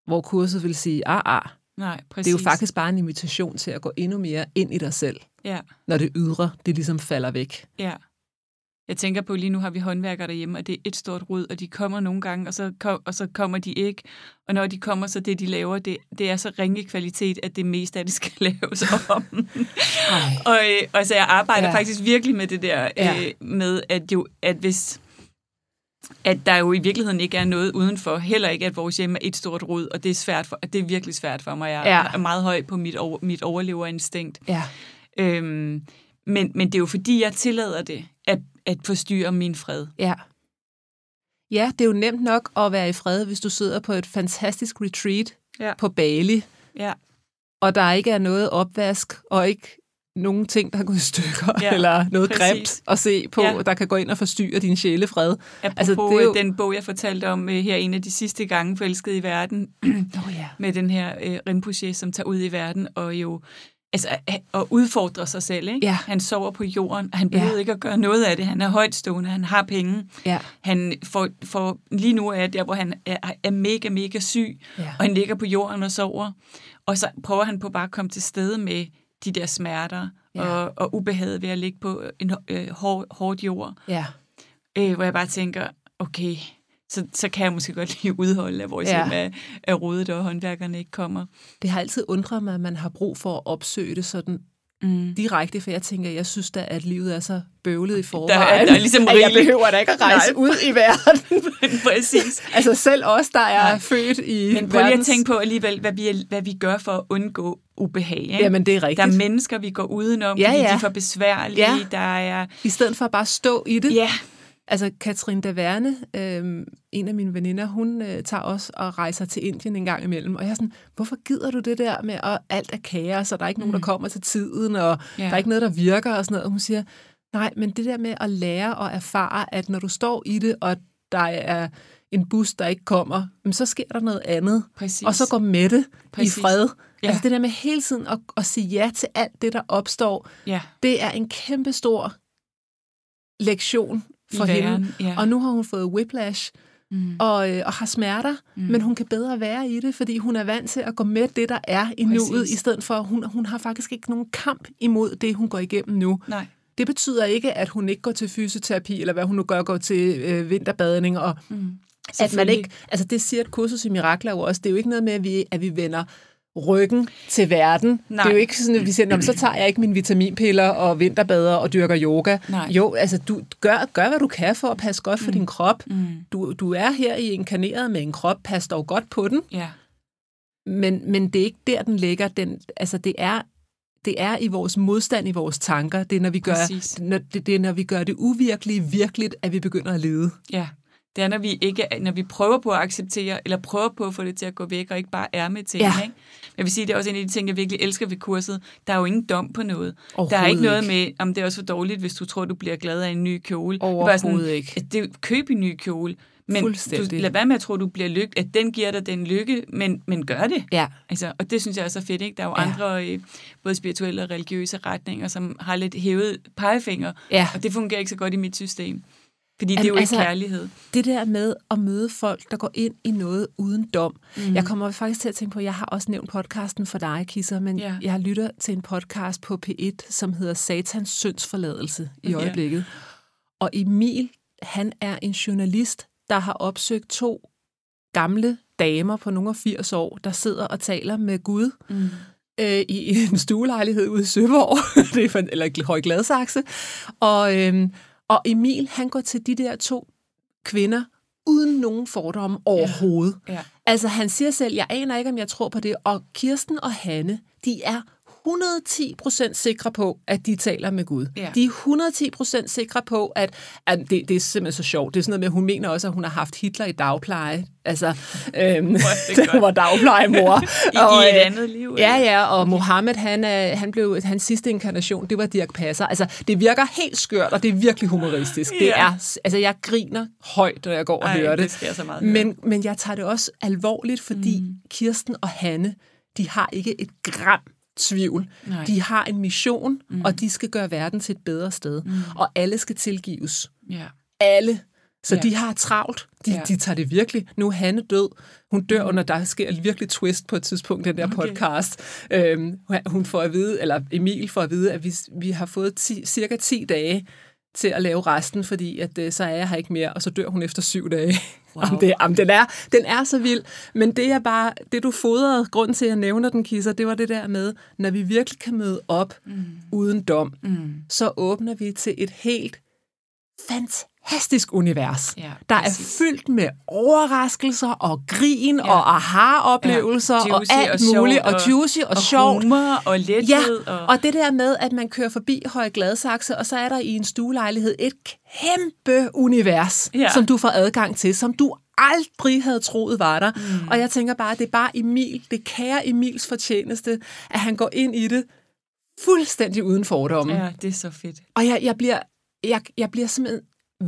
Speaker 1: Hvor kurset vil sige, ah, ah,
Speaker 2: Nej, præcis.
Speaker 1: Det er jo faktisk bare en invitation til at gå endnu mere ind i dig selv,
Speaker 2: Ja.
Speaker 1: når det ydre, det ligesom falder væk.
Speaker 2: Ja. Jeg tænker på, lige nu har vi håndværkere derhjemme, og det er et stort rod, og de kommer nogle gange, og så, ko- og så kommer de ikke. Og når de kommer, så det, de laver, det, det er så ringe kvalitet, at det meste af det skal laves om.
Speaker 1: Ej.
Speaker 2: og, øh, og så jeg arbejder
Speaker 1: Ja.
Speaker 2: ja. faktisk virkelig med det der,
Speaker 1: Ja.
Speaker 2: øh, med at, jo, at hvis at der jo i virkeligheden ikke er noget udenfor, heller ikke, at vores hjem er et stort rod, og det er svært for, det er virkelig svært for mig. Jeg
Speaker 1: Ja.
Speaker 2: er meget høj på mit, over, mit overleverinstinkt.
Speaker 1: Ja,
Speaker 2: Øhm, men, men det er jo fordi, jeg tillader det, at, at forstyrre min fred.
Speaker 1: ja. Ja, det er jo nemt nok at være i fred, hvis du sidder på et fantastisk retreat
Speaker 2: Ja.
Speaker 1: på Bali,
Speaker 2: Ja,
Speaker 1: og der ikke er noget opvask, og ikke nogen ting, der er gået i stykker, ja,
Speaker 2: Ja,
Speaker 1: eller noget
Speaker 2: præcis.
Speaker 1: grimt at se på, ja.
Speaker 2: Ja.
Speaker 1: der kan gå ind og forstyrre din sjælefred.
Speaker 2: apropos
Speaker 1: Altså,
Speaker 2: altså,
Speaker 1: det er jo-
Speaker 2: jo... den bog, jeg fortalte om øh, her en af de sidste gange, Forelsket i verden,
Speaker 1: Oh, ja.
Speaker 2: med den her øh, Rinpoche, som tager ud i verden og jo altså, øh, og udfordrer sig selv. Ikke?
Speaker 1: Ja.
Speaker 2: Han sover på jorden, og han
Speaker 1: Ja.
Speaker 2: behøver ikke at gøre noget af det. Han er højtstående, han har penge.
Speaker 1: Ja.
Speaker 2: Han får, får, lige nu er jeg der, hvor han er, er mega, mega syg,
Speaker 1: Ja.
Speaker 2: og han ligger på jorden og sover. Og så prøver han på bare at komme til stede med de der smerter
Speaker 1: Ja.
Speaker 2: og, og ubehaget ved at ligge på en øh, hård, hård jord.
Speaker 1: ja.
Speaker 2: Øh, hvor jeg bare tænker, okay, så, så kan jeg måske godt lige udholde, at vores
Speaker 1: Ja.
Speaker 2: ja. hjem er, er rodet, og håndværkerne ikke kommer.
Speaker 1: Det har altid undret mig, at man har brug for at opsøge det sådan
Speaker 2: Mm.
Speaker 1: direkte, for jeg tænker, jeg synes da, at livet er så bøvlet i forvejen,
Speaker 2: Der er- der er ligesom
Speaker 1: at jeg
Speaker 2: rigeligt.
Speaker 1: behøver da ikke at rejse Nej.
Speaker 2: Nej.
Speaker 1: ud i verden.
Speaker 2: Præcis.
Speaker 1: altså selv os, der er Nej.
Speaker 2: Nej.
Speaker 1: født i
Speaker 2: Men prøv lige at
Speaker 1: verdens-
Speaker 2: tænke på alligevel, hvad vi, hvad vi gør for at undgå ubehag. Ikke?
Speaker 1: Jamen, det er rigtigt.
Speaker 2: der er mennesker, vi går udenom, ja,
Speaker 1: Ja,
Speaker 2: fordi
Speaker 1: ja.
Speaker 2: ja. de er for besværlige.
Speaker 1: Ja.
Speaker 2: Ja. Der er...
Speaker 1: I stedet for at bare stå i det.
Speaker 2: Ja.
Speaker 1: Altså Katrin Daverne, øh, en af mine veninder, hun øh, tager også og rejser til Indien en gang imellem. Og jeg er sådan, hvorfor gider du det der med, at alt er kaos, og der er ikke nogen, der kommer til tiden, og ja.
Speaker 2: Mm. Ja.
Speaker 1: der er ikke noget, der virker og sådan noget. Og hun siger, nej, men det der med at lære og erfare, at når du står i det, og der er en bus, der ikke kommer, jamen, så sker der noget andet.
Speaker 2: Præcis.
Speaker 1: Og så går med det i
Speaker 2: Præcis.
Speaker 1: fred. Ja.
Speaker 2: Ja.
Speaker 1: Altså det der med hele tiden at, at sige ja til alt det, der opstår,
Speaker 2: ja.
Speaker 1: det er en kæmpe stor lektion
Speaker 2: I
Speaker 1: for hende.
Speaker 2: verden, ja.
Speaker 1: Og nu har hun fået whiplash mm. og, øh, og har smerter, mm. men hun kan bedre være i det, fordi hun er vant til at gå med det, der er i
Speaker 2: Præcis.
Speaker 1: nuet, i stedet for, at hun, hun har faktisk ikke nogen kamp imod det, hun går igennem nu.
Speaker 2: Nej.
Speaker 1: Det betyder ikke, at hun ikke går til fysioterapi, eller hvad hun nu gør, går til øh, vinterbadning. Og,
Speaker 2: Mm.
Speaker 1: at man
Speaker 2: Selvfølgelig.
Speaker 1: ikke, altså det siger et kursus i mirakler jo også, det er jo ikke noget med, at vi, at vi vender ryggen til verden.
Speaker 2: Nej.
Speaker 1: Det er jo ikke sådan, at vi siger, "Nå, men så tager jeg ikke mine vitaminpiller og vinterbader og dyrker yoga.
Speaker 2: Nej.
Speaker 1: Jo, altså du gør, gør, hvad du kan for at passe godt for mm. din krop. Mm. Du, du er her i inkarneret med en krop, pas dog godt på den,
Speaker 2: Ja.
Speaker 1: men, men det er ikke der, den ligger. Den, altså det er, det er i vores modstand, i vores tanker. Det er, når vi gør,
Speaker 2: Præcis.
Speaker 1: når, det, det er, når vi gør det uvirkelige virkeligt, at vi begynder at lede.
Speaker 2: ja. Det er, når vi, ikke, når vi prøver på at acceptere, eller prøver på at få det til at gå væk, og ikke bare er med ting.
Speaker 1: Ja.
Speaker 2: Ikke? Jeg vil sige, det er også en af de ting, jeg virkelig elsker ved kurset. Der er jo ingen dom på noget. Der er
Speaker 1: Overhovedet
Speaker 2: ikke noget med, om det er også for dårligt, hvis du tror, du bliver glad af en ny kjole. Det er bare
Speaker 1: Overhovedet ikke.
Speaker 2: at Det, køb en ny kjole, Men du,
Speaker 1: Fuldstændig.
Speaker 2: lad være med at tro, du bliver lykkelig, at den giver dig den lykke, men, men gør det.
Speaker 1: Ja,
Speaker 2: Altså, og det synes jeg er så fedt, ikke? Der er jo
Speaker 1: Ja.
Speaker 2: ja. andre, øh, både spirituelle og religiøse retninger, som har lidt hævet pegefinger,
Speaker 1: ja.
Speaker 2: og det fungerer ikke så godt i mit system. Fordi det
Speaker 1: Jamen,
Speaker 2: er jo ikke
Speaker 1: altså-
Speaker 2: kærlighed.
Speaker 1: Det der med at møde folk, der går ind i noget uden dom.
Speaker 2: Mhm.
Speaker 1: Mm. Jeg kommer faktisk til at tænke på, at jeg har også nævnt podcasten for dig, Kisser, men
Speaker 2: Ja.
Speaker 1: yeah. jeg lytter til en podcast på P1, som hedder Satans syndsforladelse i
Speaker 2: Ja.
Speaker 1: øjeblikket. Og Emil, han er en journalist, der har opsøgt to gamle damer på nogle af 80 år, der sidder og taler med Gud
Speaker 2: Mm.
Speaker 1: øh, i en stuelejlighed ude i Søborg, det er for, eller Høj Gladsaxe. Og, øhm, og Emil, han går til de der to kvinder uden nogen fordomme overhovedet.
Speaker 2: Ja.
Speaker 1: Altså, han siger selv, jeg aner ikke, om jeg tror på det. Og Kirsten og Hanne, de er 110% sikre på, at de taler med Gud.
Speaker 2: Ja.
Speaker 1: De er 110% sikre på, at, at det, det er simpelthen så sjovt. Det er sådan noget med, at hun mener også, at hun har haft Hitler i dagpleje. Altså, øhm,
Speaker 2: er
Speaker 1: da hun
Speaker 2: godt.
Speaker 1: var dagplejemor.
Speaker 2: I,
Speaker 1: Og,
Speaker 2: I et
Speaker 1: øh,
Speaker 2: andet liv.
Speaker 1: Ja,
Speaker 2: eller?
Speaker 1: ja, og Mohammed, han, er- han blev, hans sidste inkarnation, det var Dirk Passer. Altså, det virker helt skørt, og det er virkelig humoristisk. Det
Speaker 2: Ja.
Speaker 1: er, altså, jeg griner højt, når jeg går og
Speaker 2: Ej,
Speaker 1: hører det.
Speaker 2: det skal jeg så meget høre.
Speaker 1: men, men jeg tager det også alvorligt, fordi mm. Kirsten og Hanne, de har ikke et gram tvivl.
Speaker 2: Nej.
Speaker 1: De har en mission, mm. og de skal gøre verden til et bedre sted. Mm. Og alle skal tilgives
Speaker 2: ja.
Speaker 1: alle. Så ja.
Speaker 2: Ja.
Speaker 1: de har travlt. De, ja.
Speaker 2: Ja.
Speaker 1: de tager det virkelig. Nu er Hanne død. Hun dør under, der sker et virkelig twist på et tidspunkt, i den der okay. podcast. Øhm, hun- hun får at vide, eller Emil får at vide, at vi, vi har fået 10, cirka 10 dage til at lave resten, fordi at, øh, så er jeg her ikke mere, og så dør hun efter syv dage. Wow.
Speaker 2: Wow.
Speaker 1: Om det, om den, er, den er så vild. Men det er bare, det du fodrede, grund til, at jeg nævner den, Kisser, det var det der med, når vi virkelig kan møde op mm. uden dom,
Speaker 2: Mm.
Speaker 1: så åbner vi til et helt fantastisk univers,
Speaker 2: Ja,
Speaker 1: der er
Speaker 2: præcis.
Speaker 1: fyldt med overraskelser og grin ja. og aha-oplevelser ja.
Speaker 2: Ja,
Speaker 1: og
Speaker 2: juicy
Speaker 1: alt
Speaker 2: og
Speaker 1: muligt,
Speaker 2: sjovt
Speaker 1: og
Speaker 2: og-
Speaker 1: juicy og,
Speaker 2: Og
Speaker 1: sjovt.
Speaker 2: humor og lethed.
Speaker 1: Ja,
Speaker 2: og,
Speaker 1: og det der med, at man kører forbi Høje Gladsaxe, og så er der i en stuelejlighed et kæmpe univers, ja.
Speaker 2: Ja.
Speaker 1: som du får adgang til, som du aldrig havde troet var der. Mm. Og jeg tænker bare, at det er bare Emil, det kære Emils fortjeneste, at han går ind i det fuldstændig uden fordomme.
Speaker 2: ja, det er så fedt.
Speaker 1: Og jeg, jeg, bliver, jeg, jeg bliver simpelthen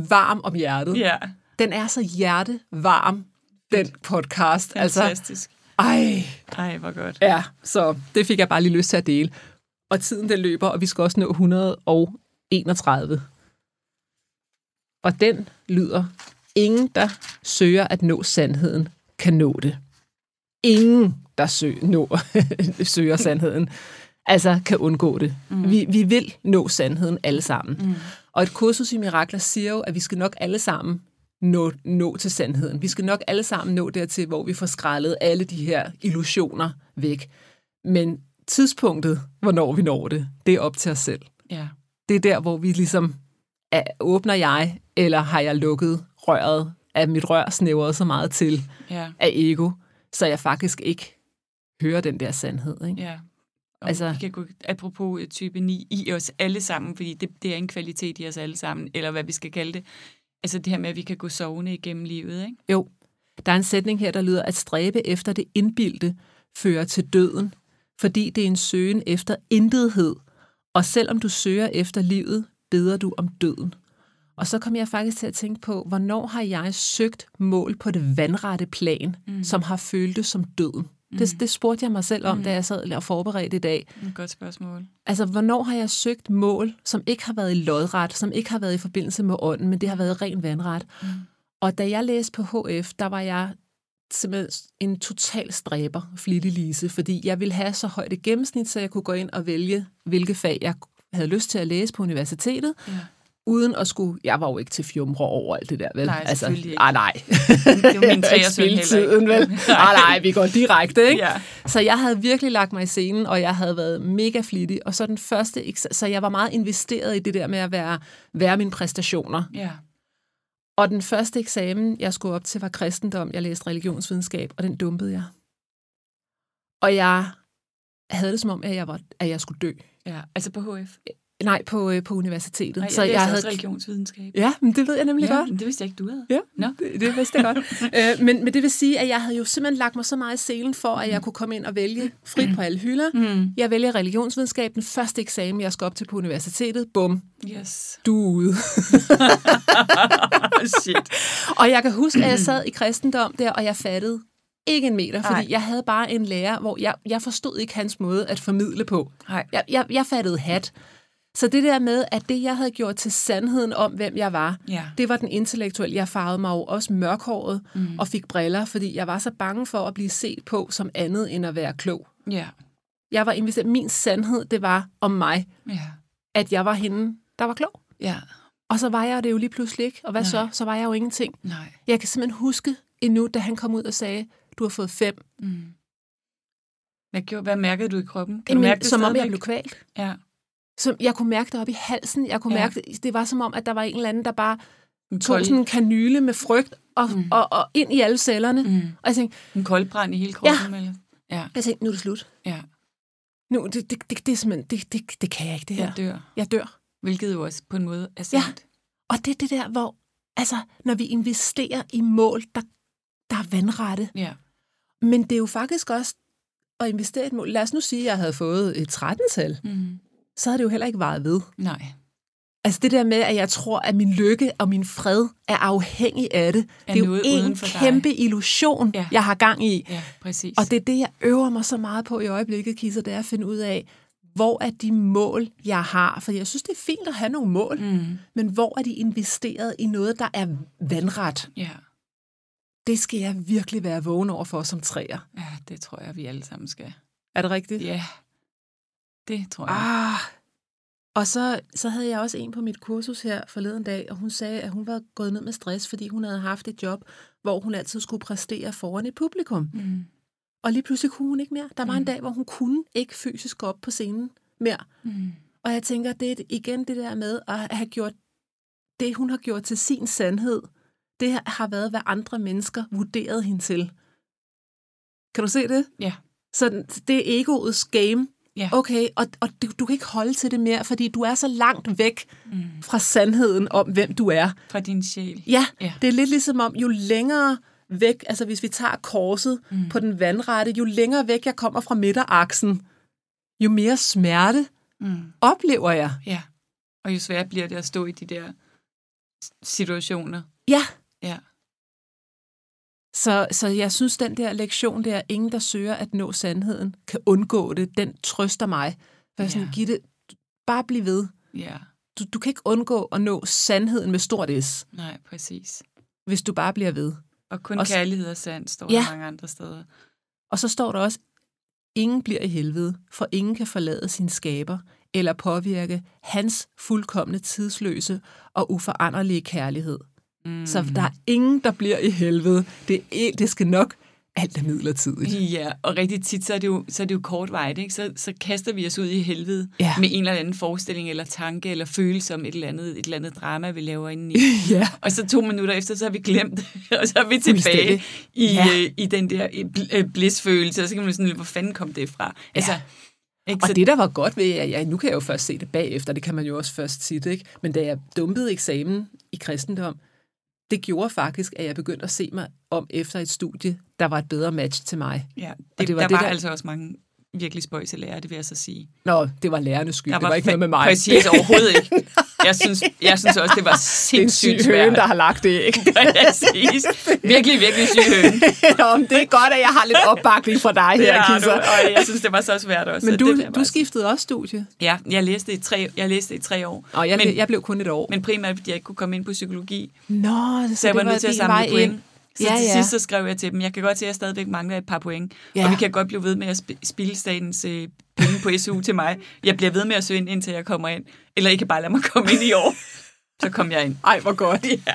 Speaker 1: varm om hjertet.
Speaker 2: Ja,
Speaker 1: Den er så hjertevarm, den podcast. Altså,
Speaker 2: fantastisk.
Speaker 1: ej,
Speaker 2: Ej, hvor godt.
Speaker 1: ja, så det fik jeg bare lige lyst til at dele. Og tiden den løber, og vi skal også nå 131. Og den lyder, ingen der søger at nå sandheden, kan nå det. Ingen der sø, nå, søger sandheden, altså kan undgå det. Mm. Vi, vi vil nå sandheden alle sammen. Mm. Og et kursus i mirakler siger jo, at vi skal nok alle sammen nå, nå til sandheden. Vi skal nok alle sammen nå dertil, hvor vi får skrællet alle de her illusioner væk. Men tidspunktet, hvornår vi når det, det er op til os selv.
Speaker 2: Ja.
Speaker 1: Det er der, hvor vi ligesom, er, åbner jeg, eller har jeg lukket røret? Er mit rør snævret så meget til
Speaker 2: Ja,
Speaker 1: af ego, så jeg faktisk ikke hører den der sandhed? Ikke?
Speaker 2: ja. Og
Speaker 1: Altså-
Speaker 2: altså, vi kan gå, apropos øh, type 9 i os alle sammen, fordi det, det er en kvalitet i os alle sammen, eller hvad vi skal kalde det. Altså det her med, at vi kan gå sovende igennem livet, ikke?
Speaker 1: Jo, der er en sætning her, der lyder, at stræbe efter det indbildte fører til døden, fordi det er en søgen efter intethed, og selvom du søger efter livet, beder du om døden. Og så kom jeg faktisk til at tænke på, hvornår har jeg søgt mål på det vandrette plan, mm. som har føltes som døden? Mm. Det, det spurgte jeg mig selv om, mm. da jeg sad og forberedte i dag.
Speaker 2: Et godt spørgsmål.
Speaker 1: Altså, hvornår har jeg søgt mål, som ikke har været i lodret, som ikke har været i forbindelse med ånden, men det har været ren vandret? Mm. Og da jeg læste på HF, der var jeg simpelthen en total stræber, flittig Lise, fordi jeg ville have så højt et gennemsnit, så jeg kunne gå ind og vælge, hvilke fag jeg havde lyst til at læse på universitetet,
Speaker 2: Ja.
Speaker 1: uden at skulle... Jeg var jo ikke til fjumre over alt det der, vel?
Speaker 2: Nej, selvfølgelig ikke.
Speaker 1: Ah, nej.
Speaker 2: Det var min
Speaker 1: Jeg ikke
Speaker 2: træersøn
Speaker 1: spilde
Speaker 2: heller ikke.
Speaker 1: tiden, vel? Ah, nej, vi går direkte, ikke?
Speaker 2: Ja.
Speaker 1: Så jeg havde virkelig lagt mig i scenen, og jeg havde været mega flittig. Og så den første, eksa- så jeg var meget investeret i det der med at være, være mine præstationer.
Speaker 2: Ja.
Speaker 1: Og den første eksamen, jeg skulle op til, var kristendom. Jeg læste religionsvidenskab, og den dumpede jeg. Og jeg havde det som om, at jeg, var, at jeg skulle dø.
Speaker 2: ja, altså på HF.
Speaker 1: Nej, på, øh, på universitetet.
Speaker 2: Nej, jeg, så jeg havde religionsvidenskab.
Speaker 1: Ja, men det ved jeg nemlig
Speaker 2: ja,
Speaker 1: godt.
Speaker 2: men Det vidste jeg ikke, du havde.
Speaker 1: Ja,
Speaker 2: Nå.
Speaker 1: det, det vidste jeg godt. øh, men, men det vil sige, at jeg havde jo simpelthen lagt mig så meget i selen for, at jeg kunne komme ind og vælge frit på alle hylder. Mm. Jeg vælger religionsvidenskab, den første eksamen, jeg skal op til på universitetet. Bum,
Speaker 2: Yes.
Speaker 1: du er ude.
Speaker 2: Shit.
Speaker 1: Og jeg kan huske, at jeg sad i kristendom der, og jeg fattede ikke en meter, fordi
Speaker 2: Nej.
Speaker 1: jeg havde bare en lærer, hvor jeg, jeg forstod ikke hans måde at formidle på.
Speaker 2: Nej.
Speaker 1: Jeg, jeg, jeg fattede hat. Så det der med, at det, jeg havde gjort til sandheden om, hvem jeg var,
Speaker 2: Ja.
Speaker 1: det var den intellektuelle. Jeg farvede mig jo også mørkhåret mm.
Speaker 2: Mhm.
Speaker 1: og fik briller, fordi jeg var så bange for at blive set på som andet end at være klog.
Speaker 2: Ja.
Speaker 1: Jeg var investeret. Min sandhed, det var om mig,
Speaker 2: Ja.
Speaker 1: at jeg var hende, der var klog.
Speaker 2: Ja.
Speaker 1: Og så var jeg det jo lige pludselig ikke. Og hvad
Speaker 2: Nej.
Speaker 1: så? Så var jeg jo ingenting.
Speaker 2: Nej.
Speaker 1: Jeg kan simpelthen huske endnu, da han kom ud og sagde, du har fået fem.
Speaker 2: Mm. Hvad, gjorde, hvad mærkede du i kroppen? Kan
Speaker 1: Jamen,
Speaker 2: du mærke det
Speaker 1: som om jeg
Speaker 2: stadigvæk?
Speaker 1: blev kvalt.
Speaker 2: Ja.
Speaker 1: Som, jeg kunne mærke det op i halsen. Jeg kunne
Speaker 2: Ja.
Speaker 1: ja. mærke det. det var som om, at der var en eller anden, der bare
Speaker 2: En,
Speaker 1: tog
Speaker 2: kold,
Speaker 1: sådan en kanyle med frygt og, mm. og, og, ind i alle cellerne. Mm.
Speaker 2: mm,
Speaker 1: Og jeg tænkte,
Speaker 2: en koldbrand i hele kroppen? Ja. Eller? Ja.
Speaker 1: jeg tænkte, nu er det slut.
Speaker 2: ja.
Speaker 1: Nu, det, det, det, det er simpelthen, det, det, det kan jeg ikke, det her.
Speaker 2: Jeg dør.
Speaker 1: Jeg dør.
Speaker 2: Hvilket jo også på en måde er
Speaker 1: Ja.
Speaker 2: sandt.
Speaker 1: Og det er det der, hvor, altså, når vi investerer i mål, der, der er vandrette.
Speaker 2: Ja.
Speaker 1: Men det er jo faktisk også at investere i et mål. Lad os nu sige, at jeg havde fået et 13-tal,
Speaker 2: Mm.
Speaker 1: så havde det jo heller ikke varet ved.
Speaker 2: Nej.
Speaker 1: Altså det der med, at jeg tror, at min lykke og min fred er afhængig af det, det er jo
Speaker 2: noget
Speaker 1: en
Speaker 2: uden for dig.
Speaker 1: kæmpe illusion,
Speaker 2: Ja.
Speaker 1: ja. jeg har gang i.
Speaker 2: Ja, præcis.
Speaker 1: Og det er det, jeg øver mig så meget på i øjeblikket, Kisser, det er at finde ud af, hvor er de mål, jeg har? For jeg synes, det er fint at have nogle mål,
Speaker 2: Mm.
Speaker 1: men hvor er de investeret i noget, der er vandret?
Speaker 2: Ja.
Speaker 1: Det skal jeg virkelig være vågen over for som træer.
Speaker 2: ja, det tror jeg, vi alle sammen skal.
Speaker 1: Er det rigtigt?
Speaker 2: Ja, det tror jeg.
Speaker 1: Ah. Og så, så havde jeg også en på mit kursus her forleden dag, og hun sagde, at hun var gået ned med stress, fordi hun havde haft et job, hvor hun altid skulle præstere foran et publikum.
Speaker 2: Mm.
Speaker 1: Og lige pludselig kunne hun ikke mere. Der var en dag, hvor hun kunne ikke fysisk gå op på scenen mere.
Speaker 2: Mm.
Speaker 1: Og jeg tænker, det er et- igen det der med at have gjort det, hun har gjort til sin sandhed. Det har- har været, hvad andre mennesker vurderede hende til. Kan du se det?
Speaker 2: Ja.
Speaker 1: Så den- det er egoets game.
Speaker 2: Ja.
Speaker 1: Okay, og, og du, du kan ikke holde til det mere, fordi du er så langt væk
Speaker 2: Mm.
Speaker 1: fra sandheden om, hvem du er.
Speaker 2: Fra din sjæl.
Speaker 1: Ja,
Speaker 2: Ja.
Speaker 1: det er lidt ligesom om, jo længere væk, altså hvis vi tager korset mm. på den vandrette, jo længere væk jeg kommer fra midteraksen, jo mere smerte
Speaker 2: Mm.
Speaker 1: oplever jeg.
Speaker 2: Ja. Og jo sværere bliver det at stå i de der s- situationer.
Speaker 1: Ja,
Speaker 2: Ja.
Speaker 1: Så, så jeg synes, den der lektion der, ingen der søger at nå sandheden, kan undgå det, den trøster mig. For jeg sådan,
Speaker 2: Ja.
Speaker 1: ja. Gitte, du- bare bliv ved.
Speaker 2: Ja.
Speaker 1: Du, du kan ikke undgå at nå sandheden med stort S,
Speaker 2: Nej, præcis.
Speaker 1: hvis du bare bliver ved.
Speaker 2: Og kun
Speaker 1: Og
Speaker 2: og
Speaker 1: s-
Speaker 2: kærlighed og sand står
Speaker 1: Ja.
Speaker 2: der mange andre steder.
Speaker 1: Og så står der også, ingen bliver i helvede, for ingen kan forlade sin skaber eller påvirke hans fuldkommende tidsløse og uforanderlige kærlighed.
Speaker 2: Mm.
Speaker 1: Mm. Så der er ingen, der bliver i helvede. Det, er, en- det skal nok. Alt er midlertidigt.
Speaker 2: Ja, og rigtig tit, så er det jo, så er det jo kortvejt, ikke? Så, så kaster vi os ud i helvede
Speaker 1: Ja.
Speaker 2: med en eller anden forestilling, eller tanke, eller følelse om et eller andet, et eller andet drama, vi laver indeni.
Speaker 1: Ja.
Speaker 2: Og så to minutter efter, så har vi glemt det, og så er vi tilbage
Speaker 1: Fuldstændig.
Speaker 2: i,
Speaker 1: Ja.
Speaker 2: ja. øh, i den der øh, bl- øh, blidsfølelse, og så kan man jo sådan lidt, hvor fanden kom det fra? Altså, ja. ikke,
Speaker 1: Og
Speaker 2: så,
Speaker 1: det, der var godt ved, at jeg, nu kan jeg jo først se det bagefter, det kan man jo også først sige det, ikke? men da jeg dumpede eksamen i kristendom, det gjorde faktisk, at jeg begyndte at se mig om efter et studie, der var et bedre match til mig.
Speaker 2: ja, det,
Speaker 1: det
Speaker 2: det
Speaker 1: var
Speaker 2: var der var
Speaker 1: det, der-
Speaker 2: altså også mange virkelig spøjse lærere, det vil jeg så sige.
Speaker 1: Nå, det var lærernes skyld,
Speaker 2: Der
Speaker 1: det var ikke noget med mig.
Speaker 2: Præcis, overhovedet ikke. Jeg synes, jeg synes også, det var
Speaker 1: det er en syg
Speaker 2: sindssygt
Speaker 1: høne,
Speaker 2: svært.
Speaker 1: der har lagt det, ikke?
Speaker 2: Præcis. Virkelig, virkelig syg høne.
Speaker 1: Nå, men det er godt, at jeg har lidt opbakning fra dig
Speaker 2: Det
Speaker 1: her,
Speaker 2: har du,
Speaker 1: Kisser.
Speaker 2: og jeg synes, det var så svært også.
Speaker 1: Men
Speaker 2: så det vil
Speaker 1: du,
Speaker 2: jeg
Speaker 1: du
Speaker 2: bare
Speaker 1: skiftede også studie,
Speaker 2: sige. Ja, jeg læste i tre, jeg læste i tre år.
Speaker 1: og jeg,
Speaker 2: men,
Speaker 1: men, jeg blev kun et år. Men,
Speaker 2: men primært, fordi jeg ikke kunne komme ind på psykologi,
Speaker 1: Nå, så,
Speaker 2: så jeg
Speaker 1: det
Speaker 2: var
Speaker 1: var
Speaker 2: nødt til at
Speaker 1: din
Speaker 2: samle
Speaker 1: vej
Speaker 2: point.
Speaker 1: ind.
Speaker 2: Så
Speaker 1: Ja,
Speaker 2: til
Speaker 1: ja.
Speaker 2: sidst så skrev jeg til dem, jeg kan godt se, at jeg stadigvæk mangler et par point,
Speaker 1: Ja.
Speaker 2: og vi kan godt blive ved med at sp- spilde statens øh, penge på SU til mig. Jeg bliver ved med at søge ind, indtil jeg kommer ind. Eller I kan bare lade mig komme ind i år. Så kom jeg ind.
Speaker 1: Ej, hvor godt.
Speaker 2: Ja.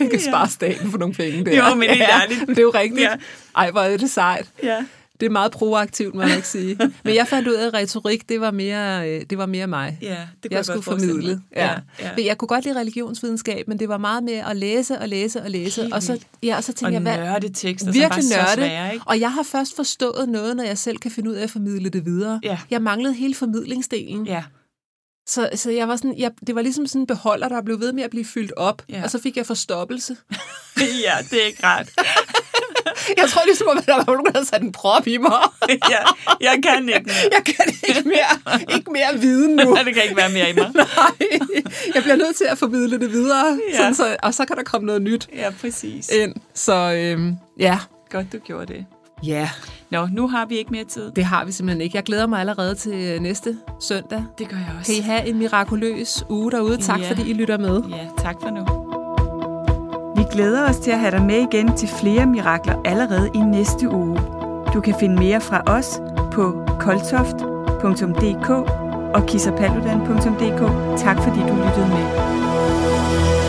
Speaker 1: Jeg kan spare staten for nogle penge der.
Speaker 2: Jo, men det er dejligt.
Speaker 1: men det er jo rigtigt.
Speaker 2: Ja.
Speaker 1: Ja. Ej, hvor er det sejt.
Speaker 2: ja.
Speaker 1: Det er meget proaktivt, må jeg ikke sige. Men jeg fandt ud af, at retorik, det var mere, øh, det var mere mig.
Speaker 2: Ja, det kunne
Speaker 1: jeg skulle
Speaker 2: godt forestille
Speaker 1: formidle.
Speaker 2: mig. Ja, ja.
Speaker 1: Men jeg kunne godt lide religionsvidenskab, men det var meget med at læse og læse og læse.
Speaker 2: Helt
Speaker 1: Og så,
Speaker 2: vildt.
Speaker 1: ja, og så tænkte
Speaker 2: Og
Speaker 1: jeg, hvad,
Speaker 2: nørde tekster,
Speaker 1: virkelig
Speaker 2: som var så
Speaker 1: nørde.
Speaker 2: svære, ikke?
Speaker 1: Og jeg har først forstået noget, når jeg selv kan finde ud af at formidle det videre.
Speaker 2: Ja.
Speaker 1: Jeg manglede hele formidlingsdelen.
Speaker 2: Ja.
Speaker 1: Så, så jeg var sådan, jeg, det var ligesom sådan en beholder, der blev ved med at blive fyldt op,
Speaker 2: Ja.
Speaker 1: ja. og så fik jeg forstoppelse.
Speaker 2: ja, det er ikke rart.
Speaker 1: Jeg tror ligesom, at der var nogen, der havde sat en prop i mig.
Speaker 2: ja, jeg kan ikke mere.
Speaker 1: Jeg kan ikke mere, ikke mere viden nu.
Speaker 2: Nej, det kan ikke være mere i mig.
Speaker 1: Nej, jeg bliver nødt til at formidle det videre,
Speaker 2: Ja.
Speaker 1: ja. sådan så, og så kan der komme noget nyt
Speaker 2: Ja, præcis.
Speaker 1: ind. Så øhm, ja.
Speaker 2: Øh, Godt, du gjorde det.
Speaker 1: ja,
Speaker 2: Nå, nu har vi ikke mere tid.
Speaker 1: det har vi simpelthen ikke. Jeg glæder mig allerede til øh, næste søndag.
Speaker 2: Det gør jeg også.
Speaker 1: Kan I have en mirakuløs uge derude. Tak
Speaker 2: Ja.
Speaker 1: ja. fordi I lytter med.
Speaker 2: Ja, tak for nu.
Speaker 3: Vi glæder os til at have dig med igen til flere mirakler allerede i næste uge. Du kan finde mere fra os på koltoft.dk og kissapalludan.dk. Tak fordi du lyttede med.